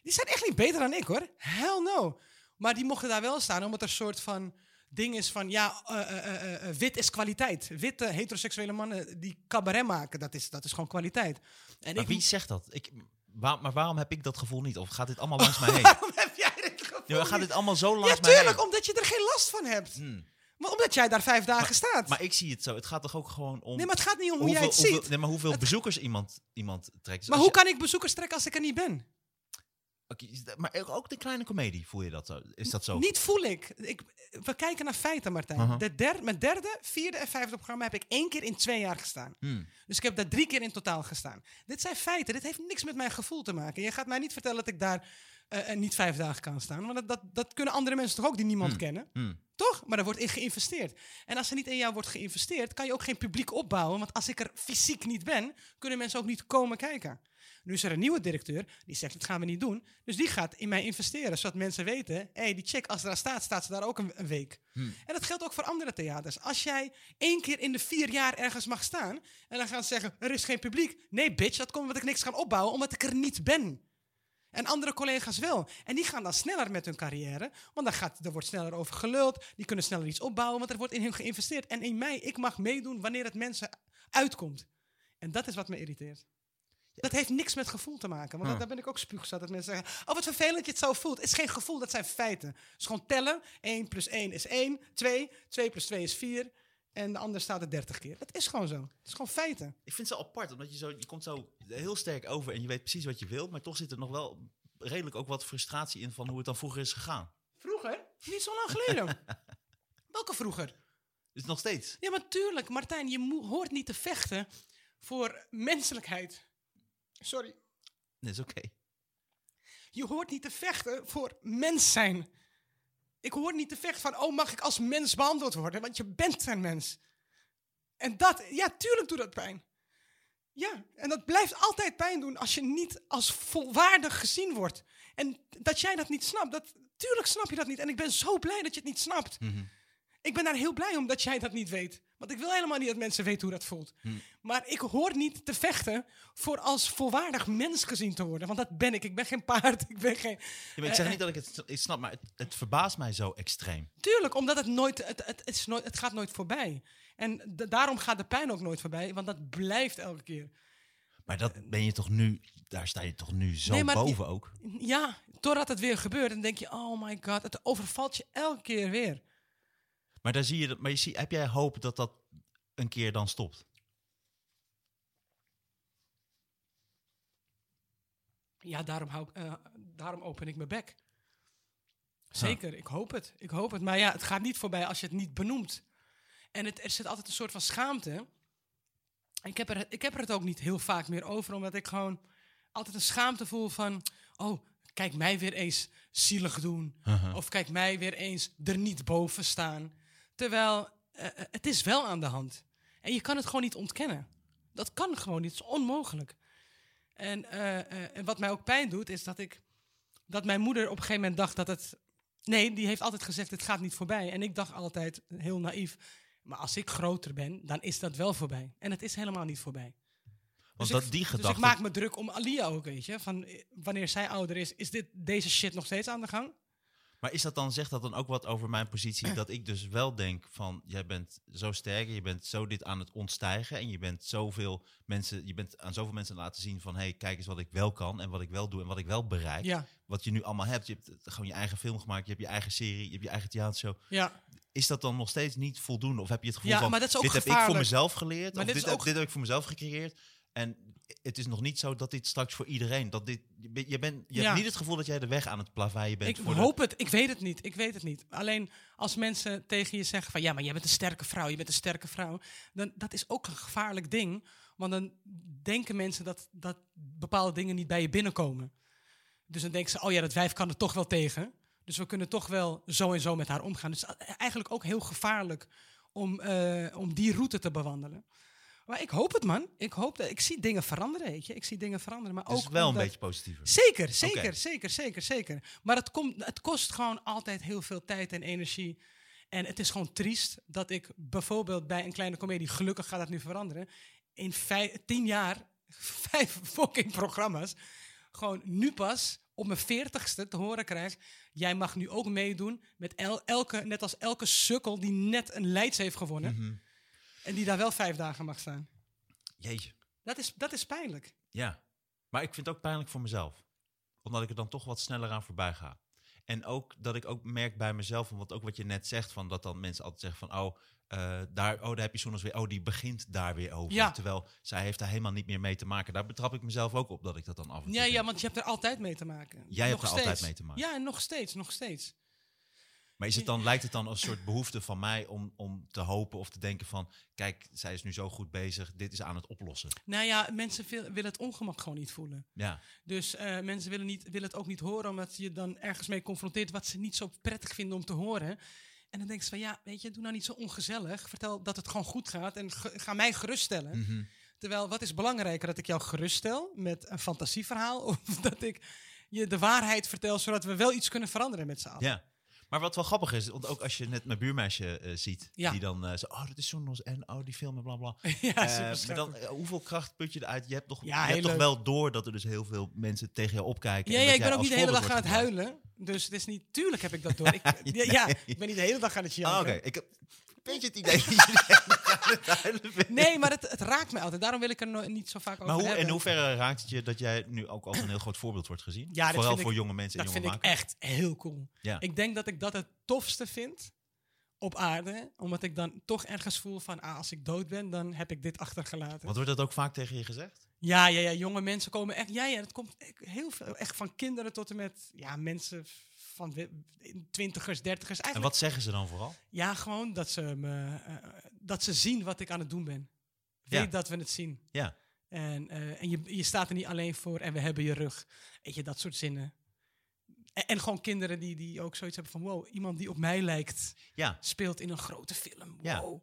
S3: Die zijn echt niet beter dan ik hoor. Hell no. Maar die mochten daar wel staan omdat er een soort van ding is van ja, eh, eh, eh, eh, wit is kwaliteit. Witte heteroseksuele mannen die cabaret maken, dat is, dat is gewoon kwaliteit. En
S4: Maar
S3: ik,
S4: wie zegt dat? Ik, waar- maar waarom heb ik dat gevoel niet? Of gaat dit allemaal langs mij heen?
S3: Oh, waarom heb jij dit gevoel?
S4: Ja, maar gaat
S3: niet?
S4: dit allemaal zo langs
S3: Ja,
S4: mij
S3: tuurlijk,
S4: heen?
S3: omdat je er geen last van hebt.
S4: Hmm.
S3: Maar omdat jij daar vijf dagen staat.
S4: Maar ik zie het zo. Het gaat toch ook gewoon om...
S3: nee, maar het gaat niet om hoe
S4: hoeveel,
S3: jij het
S4: hoeveel-
S3: ziet.
S4: nee, maar hoeveel bezoekers iemand, iemand trekt. Dus
S3: maar
S4: als
S3: hoe kan ik bezoekers trekken als ik er niet ben?
S4: je- oké, Maar ook de kleine komedie, voel je dat zo? Is dat zo? Uh-huh.
S3: Niet voel ik. ik. We kijken naar feiten, Martijn.
S4: Aha.
S3: de der, mijn derde, vierde en vijfde programma heb ik één keer in twee jaar gestaan.
S4: Hmm.
S3: Dus ik heb daar drie keer in totaal gestaan. Dit zijn feiten. Dit heeft niks met mijn gevoel te maken. Je gaat mij niet vertellen dat ik daar eh, eh, niet vijf dagen kan staan. Want dat, dat, dat kunnen andere mensen toch ook die niemand
S4: Hmm.
S3: kennen?
S4: Hmm.
S3: Toch? Maar daar wordt in geïnvesteerd. En als er niet in jou wordt geïnvesteerd, kan je ook geen publiek opbouwen. Want als ik er fysiek niet ben, kunnen mensen ook niet komen kijken. Nu is er een nieuwe directeur die zegt: dat gaan we niet doen. Dus die gaat in mij investeren, zodat mensen weten: hé, hey, die chick, als ze daar staat, staat ze daar ook een, een week. En dat geldt ook voor andere theaters. Als jij één keer in de vier jaar ergens mag staan en dan gaan ze zeggen: er is geen publiek. Nee, bitch, dat komt omdat ik niks ga opbouwen, omdat ik er niet ben. En andere collega's wel. En die gaan dan sneller met hun carrière. Want dan gaat, er wordt sneller over geluld. Die kunnen sneller iets opbouwen. Want er wordt in hun geïnvesteerd. En in mij, ik mag meedoen wanneer het mensen uitkomt. En dat is wat me irriteert. Dat heeft niks met gevoel te maken. Want dat-
S4: Huh.
S3: daar ben ik ook spuugzat. Dat mensen zeggen, oh wat vervelend dat je het zo voelt. Het is geen gevoel, dat zijn feiten. Het is gewoon tellen. 1 plus 1 is 1. 2. 2 plus 2 is 4. En de ander staat er 30 keer. Dat is gewoon zo. Het is gewoon feiten.
S4: Ik vind het zo apart, omdat je zo, je komt zo heel sterk over en je weet precies wat je wil, maar toch zit er nog wel redelijk ook wat frustratie in van hoe het dan vroeger is gegaan.
S3: Vroeger? Niet zo lang geleden. Welke vroeger?
S4: Dus nog steeds.
S3: Ja, maar tuurlijk, Martijn, je moe- hoort niet te vechten voor menselijkheid. Sorry.
S4: Dat is oké.
S3: Je hoort niet te vechten voor mens zijn. Ik hoor niet te vechten van, oh, mag ik als mens behandeld worden? Want je bent een mens. En dat, ja, tuurlijk doet dat pijn. Ja, en dat blijft altijd pijn doen als je niet als volwaardig gezien wordt. En dat jij dat niet snapt, dat, tuurlijk snap je dat niet. En ik ben zo blij dat je het niet snapt.
S4: Mhm.
S3: Ik ben daar heel blij om dat jij dat niet weet. Want ik wil helemaal niet dat mensen weten hoe dat voelt.
S4: Mhm.
S3: Maar ik hoor niet te vechten voor als volwaardig mens gezien te worden. Want dat ben ik. Ik ben geen paard. (laughs) Ik ben geen...
S4: Ja, maar ik
S3: eh.
S4: zeg niet dat ik het s- ik snap, maar het, het verbaast mij zo extreem.
S3: Tuurlijk, omdat het nooit... Het, het, is nooit, het gaat nooit voorbij. En da- daarom gaat de pijn ook nooit voorbij. Want dat blijft elke keer.
S4: Maar dat ben je toch nu, daar sta je toch nu zo
S3: Nee, maar-
S4: boven ook?
S3: Ja, doordat het weer gebeurt, dan denk je... Oh my god, het overvalt je elke keer weer.
S4: Maar daar zie je, dat- maar je zie, heb jij hoop dat dat een keer dan stopt?
S3: Ja, daarom, hou, ik- eh, daarom open ik mijn bek. Zeker, ik hoop het. Ik hoop het. Maar ja, het gaat niet voorbij als je het niet benoemt. En het, er zit altijd een soort van schaamte. Ik heb, er, ik heb er het ook niet heel vaak meer over, omdat ik gewoon altijd een schaamte voel van... Oh, kijk mij weer eens zielig doen. Of kijk mij weer eens er niet boven staan. Terwijl, eh, eh, het is wel aan de hand. En je kan het gewoon niet ontkennen. Dat kan gewoon niet. Het is onmogelijk. En, eh, eh, en wat mij ook pijn doet, is dat ik dat mijn moeder op een gegeven moment dacht dat het. Nee, die heeft altijd gezegd: het gaat niet voorbij. En ik dacht altijd heel naïef. Maar als ik groter ben, dan is dat wel voorbij. En het is helemaal niet voorbij.
S4: Want
S3: Dus
S4: dat,
S3: ik-
S4: die
S3: Dus ik
S4: gedachte,
S3: maak me druk om Alia ook, weet je. Van eh, wanneer zij ouder is, is dit, deze shit nog steeds aan de gang?
S4: maar is dat dan, zegt dat dan ook wat over mijn
S3: (clears throat)
S4: positie? Dat ik dus wel denk van, jij bent zo sterk, en je bent zo dit aan het ontstijgen en je bent zoveel mensen, je bent aan zoveel mensen laten zien van, hé, hey, kijk eens wat ik wel kan en wat ik wel doe en wat ik wel bereik.
S3: Ja,
S4: Wat je nu allemaal hebt, je hebt eh, gewoon je eigen film gemaakt, je hebt je eigen serie, je hebt je eigen theatershow.
S3: ja.
S4: Is dat dan nog steeds niet voldoende? Of heb je het gevoel
S3: Ja,
S4: van,
S3: maar dat is ook
S4: dit heb ik voor
S3: gevaarlijk.
S4: mezelf geleerd,
S3: Maar dit
S4: of dit,
S3: is
S4: heb-
S3: ook-
S4: dit heb ik voor mezelf gecreëerd. En het is nog niet zo dat dit straks voor iedereen, dat dit, je, bent- je, bent, je
S3: Ja.
S4: hebt niet het gevoel dat jij de weg aan het plaveien bent.
S3: Ik
S4: voor de-
S3: hoop het, ik weet het niet, ik weet het niet. Alleen als mensen tegen je zeggen van ja, maar jij bent een sterke vrouw, je bent een sterke vrouw, dan dat is ook een gevaarlijk ding, want dan denken mensen dat, dat bepaalde dingen niet bij je binnenkomen. Dus dan denken ze, oh ja, dat wijf kan er toch wel tegen, dus we kunnen toch wel zo en zo met haar omgaan. Dus a- eigenlijk ook heel gevaarlijk om, eh, om die route te bewandelen. Maar ik hoop het, man. Ik hoop dat ik zie dingen veranderen, weet je. Ik zie dingen veranderen, maar
S4: Dus
S3: ook
S4: wel een
S3: omdat-
S4: beetje positiever.
S3: Zeker, zeker,
S4: Oké.
S3: zeker, zeker, zeker. Maar het, komt, het kost gewoon altijd heel veel tijd en energie. En het is gewoon triest dat ik bijvoorbeeld bij een kleine komedie, gelukkig gaat dat nu veranderen, in vijf, tien jaar (laughs) vijf fucking programma's, gewoon nu pas op mijn veertigste te horen krijg, jij mag nu ook meedoen met el- elke, net als elke sukkel die net een Leids heeft gewonnen
S4: Mhm.
S3: en die daar wel vijf dagen mag staan.
S4: Jeetje.
S3: Dat is, dat is pijnlijk.
S4: Ja. Maar ik vind het ook pijnlijk voor mezelf. Omdat ik er dan toch wat sneller aan voorbij ga. En ook dat ik ook merk bij mezelf, want ook wat je net zegt, van dat dan mensen altijd zeggen van, oh, eh, daar, oh daar heb je zondags weer, oh, die begint daar weer over.
S3: Ja.
S4: Terwijl zij heeft daar helemaal niet meer mee te maken. Daar betrap ik mezelf ook op dat ik dat dan af en toe
S3: Ja, ja,
S4: denk.
S3: want je hebt er altijd mee te maken.
S4: Jij hebt
S3: Nog
S4: er altijd
S3: steeds.
S4: mee te maken.
S3: Ja, en nog steeds, nog steeds.
S4: Maar is het dan, lijkt het dan als een soort behoefte van mij om, om te hopen of te denken van, kijk, zij is nu zo goed bezig, dit is aan het oplossen.
S3: Nou ja, mensen vil- willen het ongemak gewoon niet voelen.
S4: Ja,
S3: Dus eh, mensen willen, niet, willen het ook niet horen, omdat je dan ergens mee confronteert wat ze niet zo prettig vinden om te horen. En dan denken ze van, ja, weet je, doe nou niet zo ongezellig. Vertel dat het gewoon goed gaat en ge- ga mij geruststellen.
S4: Mhm.
S3: Terwijl, wat is belangrijker, dat ik jou geruststel met een fantasieverhaal? Of (laughs) dat ik je de waarheid vertel, zodat we wel iets kunnen veranderen met z'n allen?
S4: Ja. Maar wat wel grappig is, want ook als je net mijn buurmeisje eh, ziet,
S3: Ja.
S4: die dan eh, zo, oh, dat is Soenos en oh, die film en bla bla.
S3: (laughs) Ja,
S4: Eh,
S3: super
S4: maar
S3: schattig.
S4: dan, eh, hoeveel kracht put je eruit? Je hebt toch,
S3: Ja,
S4: je
S3: heel
S4: hebt toch
S3: leuk.
S4: wel door dat er dus heel veel mensen tegen jou opkijken.
S3: Ja,
S4: en
S3: ja,
S4: dat
S3: ik ben
S4: jij
S3: ook
S4: als
S3: niet de hele dag
S4: voorbeeld
S3: aan het
S4: wordt
S3: huilen. Dus het is niet... Tuurlijk heb ik dat
S4: (laughs)
S3: door. Ik, ja, ja, ik ben niet de hele dag aan het janken.
S4: gebruikt. Ah, Oké, ik heb een beetje het idee dat je de hele dag aan het huilen bent.
S3: Nee, maar het, het raakt mij altijd. Daarom wil ik er no- niet zo vaak over
S4: Maar hoe,
S3: hebben.
S4: in hoeverre raakt het je dat jij nu ook als een heel groot voorbeeld wordt gezien?
S3: Ja, dat
S4: Vooral
S3: vind ik-
S4: voor jonge mensen en
S3: dat
S4: jonge
S3: vind ik
S4: makers.
S3: echt heel cool.
S4: Ja.
S3: Ik denk dat ik dat het tofste vind op aarde. Omdat ik dan toch ergens voel van... Ah, als ik dood ben, dan heb ik dit achtergelaten.
S4: Want wordt dat ook vaak tegen je gezegd?
S3: Ja, ja, ja. Jonge mensen komen echt... Ja, ja. Dat komt e- heel veel. Echt van kinderen tot en met... Ja, mensen van wi- twintigers, dertigers.
S4: En
S3: Eigenlijk
S4: wat zeggen ze dan vooral?
S3: Ja, gewoon dat ze, me, eh, eh, dat ze zien wat ik aan het doen ben.
S4: Ja.
S3: Weet dat we het zien.
S4: Ja.
S3: En, eh, en je, je staat er niet alleen voor en we hebben je rug. Weet je, dat soort zinnen. En, en gewoon kinderen die, die ook zoiets hebben van... wow, iemand die op mij lijkt
S4: Ja,
S3: speelt in een grote film.
S4: Ja.
S3: Wow.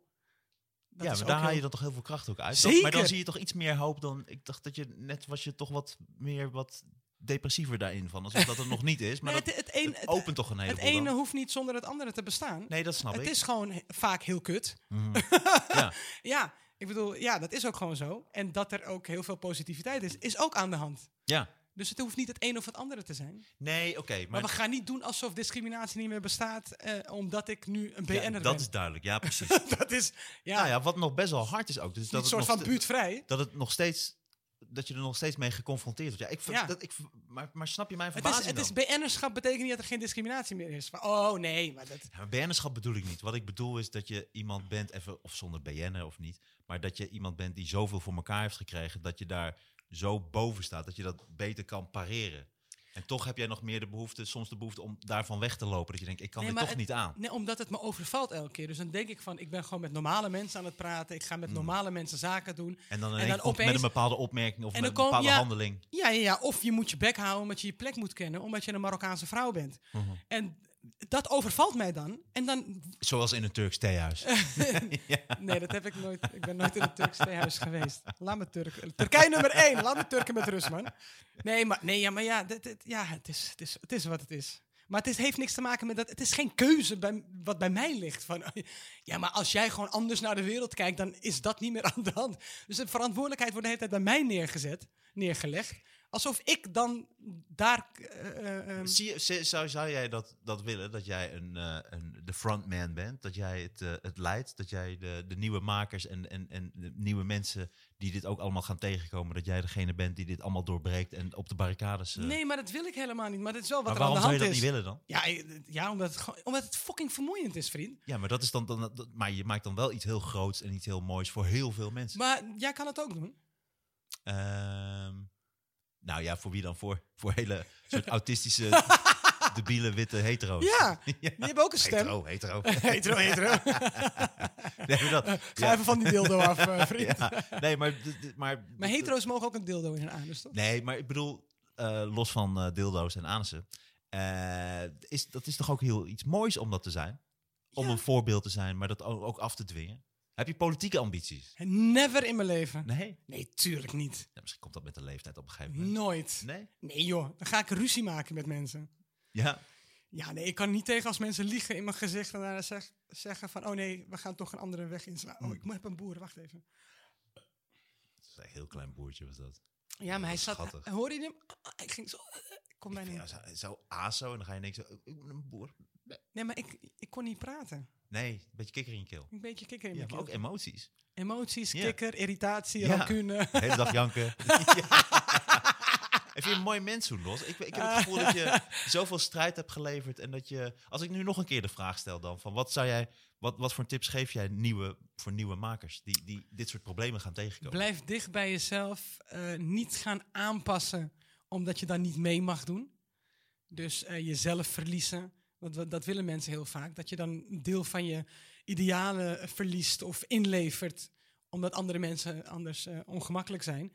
S3: Dat
S4: ja
S3: is
S4: maar
S3: ook
S4: daar haal
S3: heel-
S4: je dan toch heel veel kracht ook uit.
S3: Zeker.
S4: Maar dan zie je toch iets meer hoop dan... Ik dacht dat je net was je toch wat meer wat depressiever daarin van. Alsof dat het nog niet is. Maar
S3: Nee,
S4: dat,
S3: het, het, een,
S4: het
S3: het,
S4: opent toch een
S3: het
S4: heleboel
S3: ene
S4: dan.
S3: hoeft niet zonder het andere te bestaan.
S4: Nee, dat snap
S3: het
S4: ik.
S3: is gewoon he- vaak heel kut. (laughs)
S4: Mhm. ja.
S3: Ja, ik bedoel, ja, dat is ook gewoon zo. En dat er ook heel veel positiviteit is, is ook aan de hand.
S4: ja.
S3: Dus het hoeft niet het een of het andere te zijn.
S4: Nee, oké. maar
S3: Maar, we gaan niet doen alsof discriminatie niet meer bestaat, eh, omdat ik nu een
S4: ja,
S3: BN'er
S4: dat
S3: ben.
S4: is duidelijk.
S3: (laughs)
S4: Ja, precies.
S3: dat is, ja,
S4: Nou ja, wat nog best wel hard is ook. Dus dat
S3: een
S4: het
S3: soort
S4: nog
S3: van
S4: ste-
S3: buurtvrij.
S4: Dat het nog steeds... Dat je er nog steeds mee geconfronteerd wordt. Ja, ik, ver-
S3: Ja.
S4: Dat, ik ver- maar, maar snap je mijn
S3: Het is,
S4: verbazing
S3: het
S4: dan?
S3: is BN'erschap betekent niet dat er geen discriminatie meer is. Maar, oh nee, maar dat...
S4: Ja, maar BN'erschap bedoel ik niet. Wat ik bedoel is dat je iemand bent, even, of zonder BN'er of niet, maar dat je iemand bent die zoveel voor elkaar heeft gekregen, dat je daar zo boven staat, dat je dat beter kan pareren. En toch heb jij nog meer de behoefte, soms de behoefte om daarvan weg te lopen. Dat je denkt, ik kan
S3: Nee,
S4: dit
S3: maar
S4: toch niet aan.
S3: Nee, omdat het me overvalt elke keer. Dus dan denk ik van, ik ben gewoon met normale mensen aan het praten. Ik ga met normale mensen zaken doen.
S4: Hmm. En dan,
S3: dan
S4: ineens komt
S3: opeens-
S4: met een bepaalde opmerking of
S3: En
S4: met een
S3: dan kom-
S4: bepaalde
S3: ja.
S4: handeling.
S3: Ja, ja, ja, of je moet je bek houden omdat je je plek moet kennen, omdat je een Marokkaanse vrouw bent.
S4: Mhm.
S3: En dat overvalt mij dan. En dan
S4: Zoals in een Turks theehuis.
S3: Nee, dat heb ik nooit. Ik ben nooit in het Turks theehuis geweest. Laat me Turken. Turkije nummer één. Laat me Turken met rust, man. Nee, maar, nee, ja, maar ja, dit, dit- ja het, is, het, is, het is wat het is. Maar het is, heeft niks te maken met dat. Het is geen keuze bij, wat bij mij ligt. Van, (laughs) ja, maar als jij gewoon anders naar de wereld kijkt, dan is dat niet meer (laughs) aan de hand. Dus de verantwoordelijkheid wordt de hele tijd bij mij neergezet, neergelegd. Alsof ik dan daar. eh, eh, ehm,
S4: Zie je- zi- zou, zou jij dat, dat willen, dat jij een, eh, een, de frontman bent, dat jij het, eh, het leidt, dat jij de, de nieuwe makers en, en, en de nieuwe mensen die dit ook allemaal gaan tegenkomen, dat jij degene bent die dit allemaal doorbreekt en op de barricades... eh,
S3: nee, maar dat wil ik helemaal niet. Maar dat is wel wat er
S4: maar
S3: aan
S4: waarom
S3: de
S4: zou
S3: hand
S4: je dat
S3: is.
S4: niet willen
S3: Ja,
S4: dan?
S3: eh, ja omdat, het, gewoon- omdat het fucking vermoeiend is, vriend.
S4: Ja, maar, dat is dan, dan, dat- maar je maakt dan wel iets heel groots en iets heel moois voor heel veel mensen.
S3: Maar jij kan het ook doen.
S4: Ehm, nou ja, voor wie dan? Voor, voor hele soort autistische,
S3: (laughs)
S4: debiele, witte hetero's. (laughs)
S3: Ja, die hebben ook een stem.
S4: Hetero, hetero.
S3: (laughs) Hetero,
S4: (laughs)
S3: hetero.
S4: Nee, maar dat,
S3: Ga even van die dildo af,
S4: (laughs)
S3: eh, vriend.
S4: Ja, nee, maar... d- d- maar,
S3: (laughs) Maar hetero's mogen ook een dildo in hun anus, toch?
S4: Nee, maar ik bedoel, eh, los van eh, dildo's en anussen... eh, is, dat is toch ook heel iets moois om dat te zijn? Om
S3: Ja.
S4: een voorbeeld te zijn, maar dat o- ook af te dwingen? Heb je politieke ambities?
S3: Never in mijn leven.
S4: Nee?
S3: Nee, tuurlijk niet.
S4: Ja, misschien komt dat met de leeftijd op een gegeven moment.
S3: Nooit.
S4: Nee?
S3: Nee joh, dan ga ik ruzie maken met mensen.
S4: Ja.
S3: Ja, nee, ik kan niet tegen als mensen liegen in mijn gezicht en daarna zeg- zeggen van, oh nee, we gaan toch een andere weg inslaan.
S4: Hmm.
S3: Oh, ik heb een boer, wacht even.
S4: Dat is een heel klein boertje was dat.
S3: Ja, maar hij zat,
S4: Schattig.
S3: hoorde je hem? Hij ging zo, eh, ik kon bijna
S4: Ja,
S3: niet.
S4: zo, zo aso en dan ga je niks. Ik ben een boer.
S3: Nee, maar ik, ik kon niet praten.
S4: Nee, een beetje kikker in je keel.
S3: Een beetje kikker in
S4: Ja,
S3: mijn
S4: maar ook
S3: keel.
S4: emoties.
S3: Emoties,
S4: Ja.
S3: kikker, irritatie,
S4: Ja.
S3: rancune.
S4: De hele dag
S3: (laughs)
S4: janken. Ja. Heb je een mooi mens toen, Los? Ik, ik heb het gevoel dat je zoveel strijd hebt geleverd. En dat je, als ik nu nog een keer de vraag stel dan, van wat zou jij, wat, wat voor tips geef jij nieuwe, voor nieuwe makers die, die dit soort problemen gaan tegenkomen?
S3: Blijf dicht bij jezelf. eh, niet gaan aanpassen omdat je dan niet mee mag doen. Dus eh, jezelf verliezen. Want we- dat willen mensen heel vaak. Dat je dan een deel van je idealen eh, verliest of inlevert. Omdat andere mensen anders eh, ongemakkelijk zijn.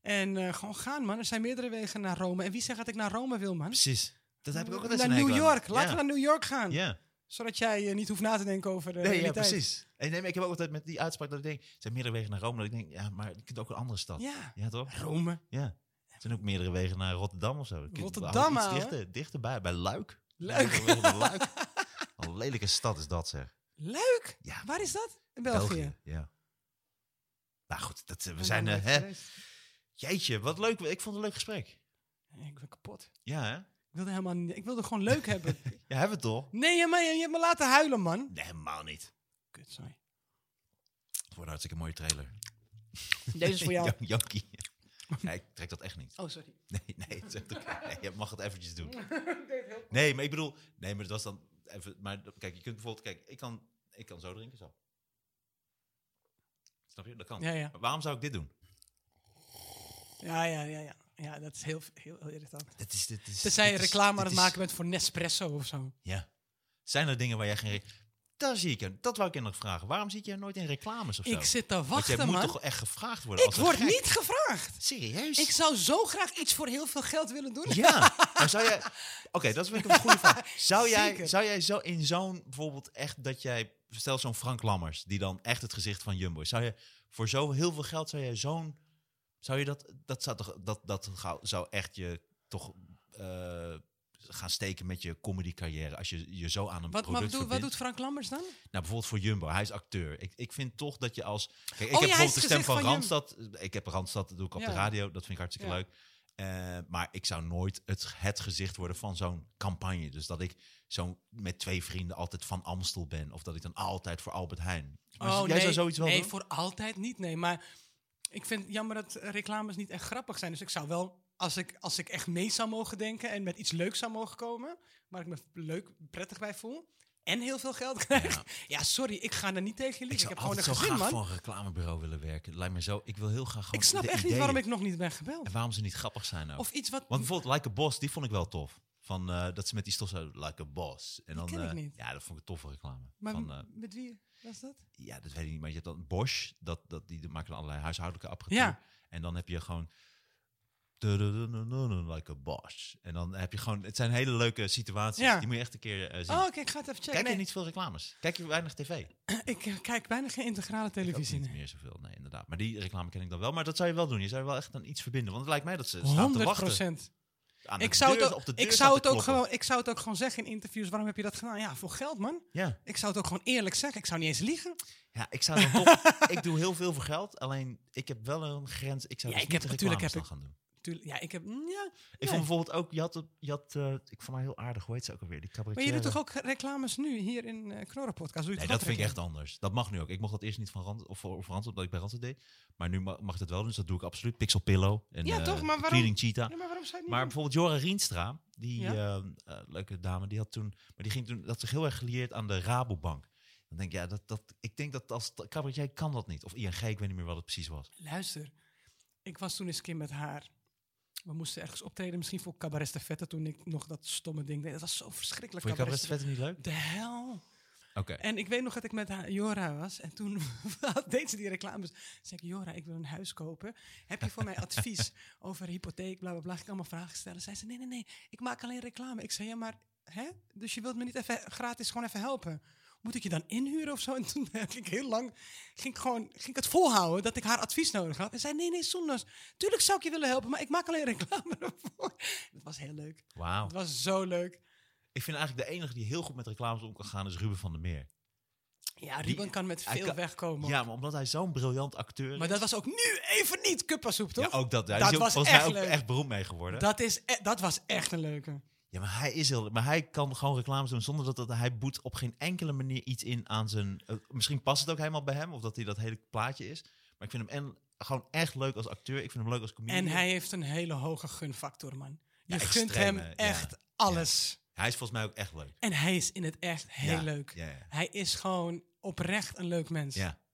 S3: En eh, gewoon gaan, man. Er zijn meerdere wegen naar Rome. En wie zegt dat ik naar Rome wil, man?
S4: Precies. Dat heb ik ook altijd
S3: naar
S4: een hekel
S3: New
S4: aan.
S3: York. Laten
S4: ja.
S3: we naar New York gaan.
S4: Ja,
S3: Zodat jij eh, niet hoeft na te denken over de
S4: nee, ja
S3: realiteit.
S4: precies. En nee, maar ik heb ook altijd met die uitspraak dat ik denk, er zijn meerdere wegen naar Rome. Dat ik denk, ja, maar je kunt ook een andere stad.
S3: Ja,
S4: Ja, toch?
S3: Rome.
S4: Ja. Er zijn ook meerdere wegen naar Rotterdam of zo. Ik-
S3: Rotterdam,
S4: hou iets
S3: ouwe.
S4: dichter, dichterbij, bij Luik.
S3: Luik.
S4: Ja,
S3: (laughs)
S4: wel bij Luik. Wat Een lelijke stad is dat, zeg.
S3: Leuk.
S4: Ja,
S3: Waar is dat? In
S4: België.
S3: België. Oh,
S4: Ja. Nou goed, dat, eh, we zijn... eh, hè? Jeetje, wat leuk. Ik vond het een leuk gesprek.
S3: Ik ben kapot.
S4: Ja, hè?
S3: Ik wilde helemaal niet. Ik wilde gewoon leuk hebben. (laughs)
S4: Ja, hebben we het toch?
S3: Nee, ja, maar je, je hebt me laten huilen, man.
S4: Nee, helemaal niet.
S3: Kut, sorry.
S4: Het wordt een hartstikke mooie trailer.
S3: Deze (laughs)
S4: (laughs)
S3: is voor jou.
S4: Jan- Jankie. Nee, ik trek dat echt niet.
S3: Oh, sorry.
S4: (laughs) Nee, nee, het is echt oké. Nee, je mag het eventjes doen. Nee, maar ik bedoel, nee, maar dat was dan even. Maar kijk, je kunt bijvoorbeeld, kijk, ik kan, ik kan zo drinken, zo. Snap je? Dat kan.
S3: Ja, ja.
S4: Maar waarom zou ik dit doen?
S3: Ja, ja, ja, ja. Ja, dat is heel, heel, heel irritant.
S4: Dat is, dit is.
S3: Tenzij je
S4: dit is-
S3: reclame aan
S4: dit
S3: het
S4: is-
S3: maken bent voor Nespresso of zo.
S4: Ja. Zijn er dingen waar jij geen. re- Daar zie ik hem. Dat wou ik je nog vragen. Waarom zit jij nooit in reclames of zo?
S3: Ik zit te
S4: Want jij
S3: wachten,
S4: moet
S3: man.
S4: toch Oh, echt gevraagd worden.
S3: Ik
S4: als een
S3: word
S4: gek?
S3: niet gevraagd.
S4: Serieus?
S3: Ik zou zo graag iets voor heel veel geld willen doen. (laughs)
S4: Ja, maar zou jij... Oké, dat vind ik een goede vraag. Zou jij,
S3: Zeker.
S4: zou jij zo in zo'n bijvoorbeeld echt dat jij... Stel zo'n Frank Lammers, die dan echt het gezicht van Jumbo is. Zou je voor zo heel veel geld, zou jij zo'n... Zou je dat... Dat zou, toch, dat, dat gauw- zou echt je toch eh, gaan steken met je comedy carrière. Als je je zo aan een
S3: Wat,
S4: product
S3: maar, doe, wat
S4: verbindt.
S3: doet Frank Lammers dan?
S4: Nou, bijvoorbeeld voor Jumbo. Hij is acteur. Ik, ik vind toch dat je als... Kijk, ik heb
S3: Oh ja, hij is
S4: bijvoorbeeld de
S3: het
S4: stem
S3: gezicht
S4: van,
S3: van Jumbo.
S4: Randstad. Ik heb Randstad, dat doe ik op
S3: Ja.
S4: de radio. Dat vind ik hartstikke
S3: Ja.
S4: leuk. Eh, maar ik zou nooit het, het gezicht worden van zo'n campagne. Dus dat ik zo met twee vrienden altijd van Amstel ben. Of dat ik dan altijd voor Albert Heijn. Maar jij
S3: Oh, nee.
S4: zou zoiets wel
S3: nee,
S4: doen?
S3: voor altijd niet, nee. Maar ik vind het jammer dat eh, reclames niet echt grappig zijn. Dus ik zou wel, als ik, als ik echt mee zou mogen denken en met iets leuks zou mogen komen, waar ik me leuk, prettig bij voel en heel veel geld krijg. (laughs) Ja, sorry, ik ga er niet tegen je
S4: Ik
S3: liegen. Ik,
S4: zou
S3: heb gewoon een
S4: altijd zo
S3: gezin,
S4: graag
S3: man.
S4: voor een reclamebureau willen werken. Het Lijkt me zo. Ik wil heel graag gewoon
S3: Ik snap
S4: de
S3: echt niet
S4: ideeën.
S3: waarom ik nog niet ben gebeld.
S4: En waarom ze niet grappig zijn ook.
S3: Of iets wat...
S4: Want bijvoorbeeld Like a Boss, die vond ik wel tof. Van, eh, dat ze met die stof zo, Like a Boss. En dan,
S3: ken ik
S4: eh,
S3: niet.
S4: Ja, dat vond ik een toffe reclame.
S3: maar
S4: van, eh,
S3: met wie was dat?
S4: ja, dat weet ik niet, maar je hebt dan Bosch, dat, dat, die maken dan allerlei huishoudelijke apparatuur.
S3: Ja.
S4: En dan heb je gewoon... tududududududududududududududududududududududududududududududududududududududududududududududududududududududududududududud, Like a Bosch. En dan heb je gewoon... Het zijn hele leuke situaties.
S3: Ja.
S4: Die moet je echt een keer eh, zien.
S3: Oh, oké, ik ga het even checken.
S4: Kijk je
S3: Nee,
S4: niet veel reclames? Kijk je weinig tv? Ik ook
S3: Ik eh, kijk bijna geen integrale televisie.
S4: niet
S3: nee.
S4: meer zoveel, nee, inderdaad. Maar die reclame ken ik dan wel. Maar dat zou je wel doen. Je zou je wel echt aan iets verbinden. Want het lijkt mij dat ze staan te
S3: 100
S4: wachten.
S3: procent.
S4: Aan de
S3: Ik zou,
S4: deur,
S3: het ook,
S4: op de deur
S3: ik,
S4: staan
S3: zou
S4: te
S3: het ook
S4: kloppen.
S3: gewoon, ik zou het ook gewoon zeggen in interviews. Waarom heb je dat gedaan? Ja, voor geld, man.
S4: Ja.
S3: Ik zou het ook gewoon eerlijk zeggen. Ik zou niet eens liegen.
S4: Ja, ik zou dan
S3: (laughs)
S4: toch... ik doe heel veel voor geld. Alleen, ik heb wel een grens. Ik zou
S3: Ja,
S4: dus
S3: ik
S4: niet
S3: heb-
S4: de
S3: natuurlijk
S4: reclames
S3: heb
S4: dan gaan doen.
S3: Tuurlijk, ja, ik heb... mm, Ja.
S4: Ik
S3: Nee.
S4: vond bijvoorbeeld ook, je had, het- je had eh, ik vond haar heel aardig, hoe heet ze ook alweer, die
S3: Maar
S4: cabaretier.
S3: je doet toch ook reclames nu, hier in eh Knorren Podcast? Doe je toch
S4: Nee, dat
S3: ook
S4: vind ik echt
S3: reclame?
S4: anders. Dat mag nu ook. Ik mocht dat eerst niet van Rand, of voor, voor Rand, omdat ik bij Rand deed. Maar nu ma- mag ik dat wel doen, dus dat doe ik absoluut. Pixel Pillow en
S3: Ja,
S4: eh,
S3: toch? Maar waarom-
S4: Cleaning Cheetah.
S3: Nee, maar waarom zou je het niet
S4: Maar
S3: doen?
S4: bijvoorbeeld Jora Rienstra, die
S3: Ja.
S4: eh, eh, leuke dame, die had toen, maar die ging toen, dat zich heel erg geleerd aan de Rabobank. Dan denk ik, ja, dat, dat, ik denk dat als cabaretier kan dat niet. Of ING, ik weet niet meer wat het precies was.
S3: Luister, ik was toen eens een keer met haar. We moesten ergens optreden, misschien voor Cabaret de Vette, toen ik nog dat stomme ding deed. Dat was zo verschrikkelijk.
S4: Vond je
S3: Cabaret
S4: cabaret verder niet leuk?
S3: de hel.
S4: Oké.
S3: En ik weet nog dat ik met haar, Jora was. En toen (laughs) deed ze die reclames. Toen zei ik, Jora, ik wil een huis kopen. Heb je voor mij
S4: (laughs)
S3: advies over hypotheek, bla, bla, bla. Ik kan allemaal vragen stellen. Zei ze, nee, nee, nee. Ik maak alleen reclame. Ik zei, ja, maar... Hè? Dus je wilt me niet even gratis gewoon even helpen? moet ik je dan inhuren of zo? En toen heb ik heel lang, ging ik gewoon, ging ik het volhouden dat ik haar advies nodig had. En zei, nee, nee, Soendas, tuurlijk zou ik je willen helpen, maar ik maak alleen reclame ervoor. (laughs) Het was heel leuk.
S4: Wauw.
S3: Het was zo leuk.
S4: Ik vind eigenlijk de enige die heel goed met reclames om kan gaan is Ruben van der Meer.
S3: Ja, Ruben
S4: Die-
S3: kan met
S4: hij
S3: veel
S4: kan-
S3: wegkomen.
S4: Ja, maar omdat hij zo'n briljant acteur is.
S3: Maar dat was ook nu even niet kuppasoep, toch?
S4: ja, ook dat. Hij
S3: Dat
S4: is ook,
S3: was
S4: volgens mij
S3: echt
S4: ook
S3: leuk.
S4: echt beroemd mee geworden.
S3: dat, is e- dat was echt een leuke.
S4: Ja, maar hij is heel. Maar hij kan gewoon reclames doen zonder dat, dat hij boet op geen enkele manier iets in aan zijn. eh, misschien past het ook helemaal bij hem, of dat hij dat hele plaatje is. Maar ik vind hem en, gewoon echt leuk als acteur. Ik vind hem leuk als comedian.
S3: En hij heeft een hele hoge gunfactor, man. Je
S4: Ja,
S3: gunt
S4: extreme,
S3: hem
S4: ja.
S3: echt alles.
S4: Hij is volgens mij ook echt leuk.
S3: En hij is in het echt heel
S4: Ja,
S3: leuk.
S4: Ja, ja.
S3: Hij is gewoon oprecht een leuk mens.
S4: ja.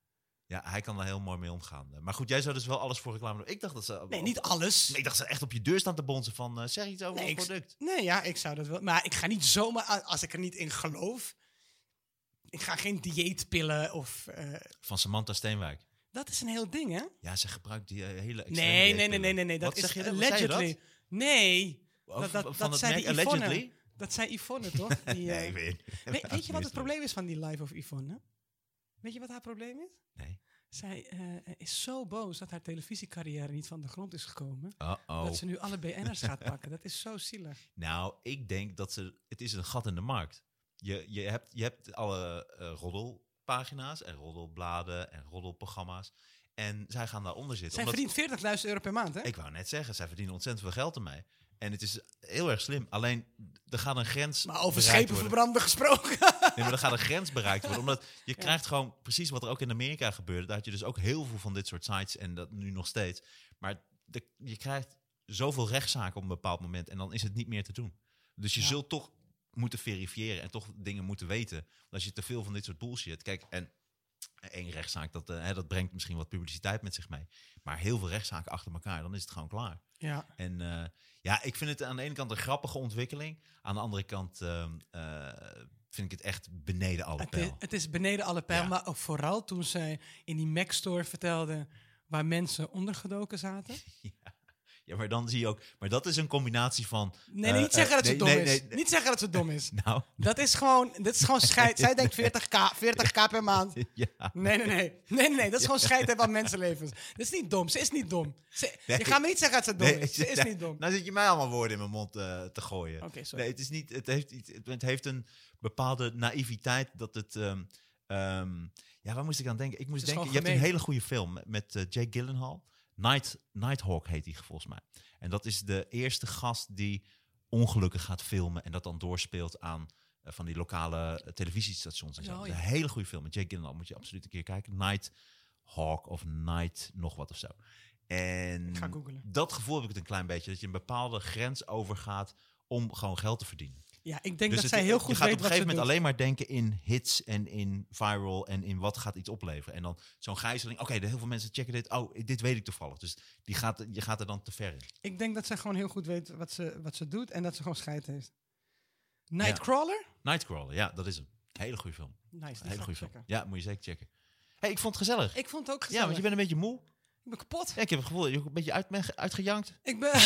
S4: Ja, hij kan daar heel mooi mee omgaan. Eh, Maar goed, jij zou dus wel alles voor reclame doen. Ik dacht dat ze.
S3: Nee, niet alles.
S4: Nee, ik dacht dat ze echt op je deur staan te bonzen van eh, zeg iets over
S3: Nee,
S4: het
S3: ik-
S4: product.
S3: Nee, ja, ik zou dat wel. Maar ik ga niet zomaar, a- als ik er niet in geloof. Ik ga geen dieetpillen of. eh,
S4: Van Samantha Steenwijk.
S3: dat is een heel ding, hè?
S4: Ja, ze gebruikt die eh, hele extreme
S3: Nee, nee, nee,
S4: dieetpillen.
S3: nee, nee, nee. Dat
S4: Wat
S3: is
S4: zeg je dan? Wat zei je dat?
S3: allegedly. Nee.
S4: Over-
S3: Dat, dat,
S4: van
S3: dat
S4: het
S3: zei
S4: merk
S3: die Yvonne.
S4: allegedly?
S3: Dat zei Yvonne,
S4: (laughs)
S3: toch? Die, eh,
S4: Nee, ik weet niet.
S3: weet, weet je wat het
S4: Alsjeblieft.
S3: probleem is van die Live of Yvonne? Weet je wat haar probleem is?
S4: Nee.
S3: Zij eh, is zo boos dat haar televisiecarrière niet van de grond is gekomen.
S4: Uh-oh.
S3: Dat ze nu alle BN'ers
S4: (laughs)
S3: gaat pakken. Dat is zo zielig.
S4: Nou, ik denk dat ze. Het is een gat in de markt. Je, je, hebt, je hebt alle eh, roddelpagina's en roddelbladen en roddelprogramma's. En zij gaan daaronder zitten.
S3: Zij
S4: omdat-
S3: verdient 40.000 euro per maand, hè?
S4: Ik wou net zeggen, zij verdienen ontzettend veel geld ermee. En het is heel erg slim. Alleen, er gaat een grens
S3: maar over
S4: bereikt
S3: schepen
S4: worden.
S3: verbranden gesproken.
S4: Nee, maar er gaat een grens bereikt worden. Omdat je krijgt gewoon precies wat er ook in Amerika gebeurde. Daar had je dus ook heel veel van dit soort sites en dat nu nog steeds. Maar de- je krijgt zoveel rechtszaken op een bepaald moment en dan is het niet meer te doen. Dus je
S3: Ja.
S4: zult toch moeten verifiëren en toch dingen moeten weten. Want als je te veel van dit soort bullshit... Kijk, en één rechtszaak, dat, eh, hè, dat brengt misschien wat publiciteit met zich mee. Maar heel veel rechtszaken achter elkaar, dan is het gewoon klaar.
S3: Ja.
S4: En eh, ja, ik vind het aan de ene kant een grappige ontwikkeling. Aan de andere kant ehm, eh, vind ik het echt beneden alle
S3: Het is,
S4: pijl.
S3: het is beneden alle pijl,
S4: Ja.
S3: maar ook vooral toen zij in die Mac Store vertelde waar mensen ondergedoken zaten.
S4: Ja, maar dan zie je ook... Maar dat is een combinatie van... (laughs)
S3: Nee,
S4: eh,
S3: nee, niet zeggen
S4: eh,
S3: dat ze
S4: nee,
S3: dom
S4: nee,
S3: is.
S4: nee, nee.
S3: Niet zeggen dat ze dom is.
S4: Nou,
S3: Dat is gewoon, dat is gewoon
S4: (laughs)
S3: scheid. Zij denkt 40k, 40k per maand.
S4: ja.
S3: Nee, nee, nee. Nee, nee, nee. Dat is gewoon scheid hebben aan mensenlevens. Dat is niet dom. Ze is niet dom. Ze-
S4: Nee.
S3: Je gaat me niet zeggen dat ze dom
S4: Nee,
S3: is. Ze is
S4: ja,
S3: niet dom.
S4: Nou zit je mij allemaal woorden in mijn mond eh, te gooien.
S3: Oké, sorry.
S4: nee, het, is niet, het, heeft, iets- het- het heeft een bepaalde naïviteit dat het... ehm, ehm, ja, waar moest ik aan denken? Ik moest
S3: Het is
S4: denken,
S3: gewoon
S4: je hebt een
S3: gemeen.
S4: hele goede film met, met eh, Jake Gyllenhaal. Night, Nighthawk heet die volgens mij. En dat is de eerste gast die ongelukken gaat filmen... en dat dan doorspeelt aan eh, van die lokale eh, televisiestations. En zo.
S3: Oh,
S4: Dat is
S3: ja.
S4: Een hele goede film met Jake Gyllenhaal. Moet je absoluut een keer kijken. Nighthawk of Night nog wat of zo. En
S3: Ik ga googlen.
S4: dat gevoel heb ik het een klein beetje. Dat je een bepaalde grens overgaat om gewoon geld te verdienen.
S3: Ja, ik denk dat
S4: Dus het-
S3: zij heel goed
S4: je gaat
S3: weet
S4: op een
S3: wat ze
S4: gegeven
S3: doet.
S4: moment alleen maar denken in hits en in viral en in wat gaat iets opleveren. En dan zo'n gijzeling. Oké, de heel veel mensen checken dit. Oh, dit weet ik toevallig. Dus die gaat, je gaat er dan te ver in.
S3: Ik denk dat zij gewoon heel goed weet wat ze, wat ze doet en dat ze gewoon scheid heeft. Nightcrawler?
S4: Nightcrawler, ja, dat is hem. Hele goede film.
S3: Nice, die
S4: Hele
S3: ga ik
S4: goede film.
S3: checken.
S4: Ja, moet je zeker checken. hey, ik vond het gezellig.
S3: Ik vond het ook gezellig.
S4: Ja, want je bent een beetje moe.
S3: Ik ben kapot.
S4: Ja, ik heb het gevoel dat je ook een beetje uit bent ge- uitgejankt.
S3: Ik
S4: (laughs)
S3: ben...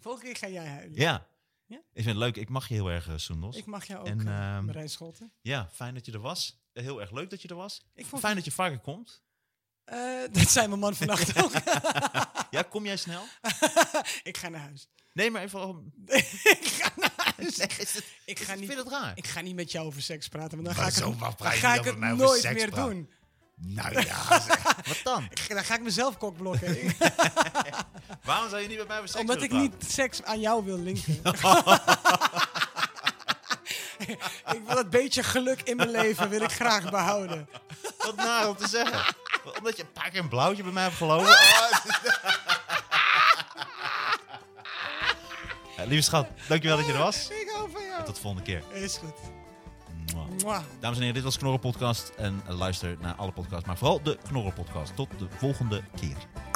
S3: Volgende keer ga jij huilen.
S4: Ja.
S3: Ja?
S4: Ik vind het leuk. Ik mag je heel erg, Soendos.
S3: Ik mag jou ook,
S4: En,
S3: en,
S4: ehm,
S3: Marijn Scholten.
S4: Ja, fijn dat je er was. Heel erg leuk dat je er was.
S3: Ik vond-
S4: Fijn dat je vaker komt.
S3: Eh, (laughs) dat zijn mijn man vannacht ook. (laughs)
S4: Ja, kom jij snel?
S3: ik ga naar huis.
S4: Nee, maar even...
S3: (laughs) ik ga naar huis.
S4: Zeg, is het-
S3: Ik
S4: is
S3: ga
S4: het-
S3: niet-
S4: vind het raar.
S3: Ik ga niet met jou over seks praten, want dan
S1: Maar
S3: ga ik
S1: zo
S3: het,
S1: mag
S3: dan
S1: je
S3: ga
S1: niet
S3: ik
S1: over
S3: het
S1: mij over
S3: nooit
S1: seks
S3: meer
S1: praten.
S3: doen.
S4: (laughs)
S1: Nou ja, zeg.
S4: Wat dan?
S3: Ik- Dan ga ik mezelf
S1: (laughs)
S3: kokblokken. Ik-
S4: Waarom zou je niet met mij over seks
S3: Omdat ik
S4: willen
S3: niet seks aan jou wil
S1: (laughs)
S3: linken. (laughs) ik wil dat beetje geluk in mijn leven, wil ik graag behouden.
S4: praten? Wat naar om te zeggen. Omdat je een paar keer een blauwtje bij mij hebt gelopen.
S3: (laughs)
S4: Oh, het is- Eh, lieve schat, dankjewel dat je er was.
S3: Ik hou van jou.
S4: Tot de volgende keer.
S3: Is goed.
S4: Mwah.
S3: Mwah.
S4: Dames en heren, dit was Knorren Podcast. En eh, luister naar alle podcasts, maar vooral de Knorren Podcast. Tot de volgende keer.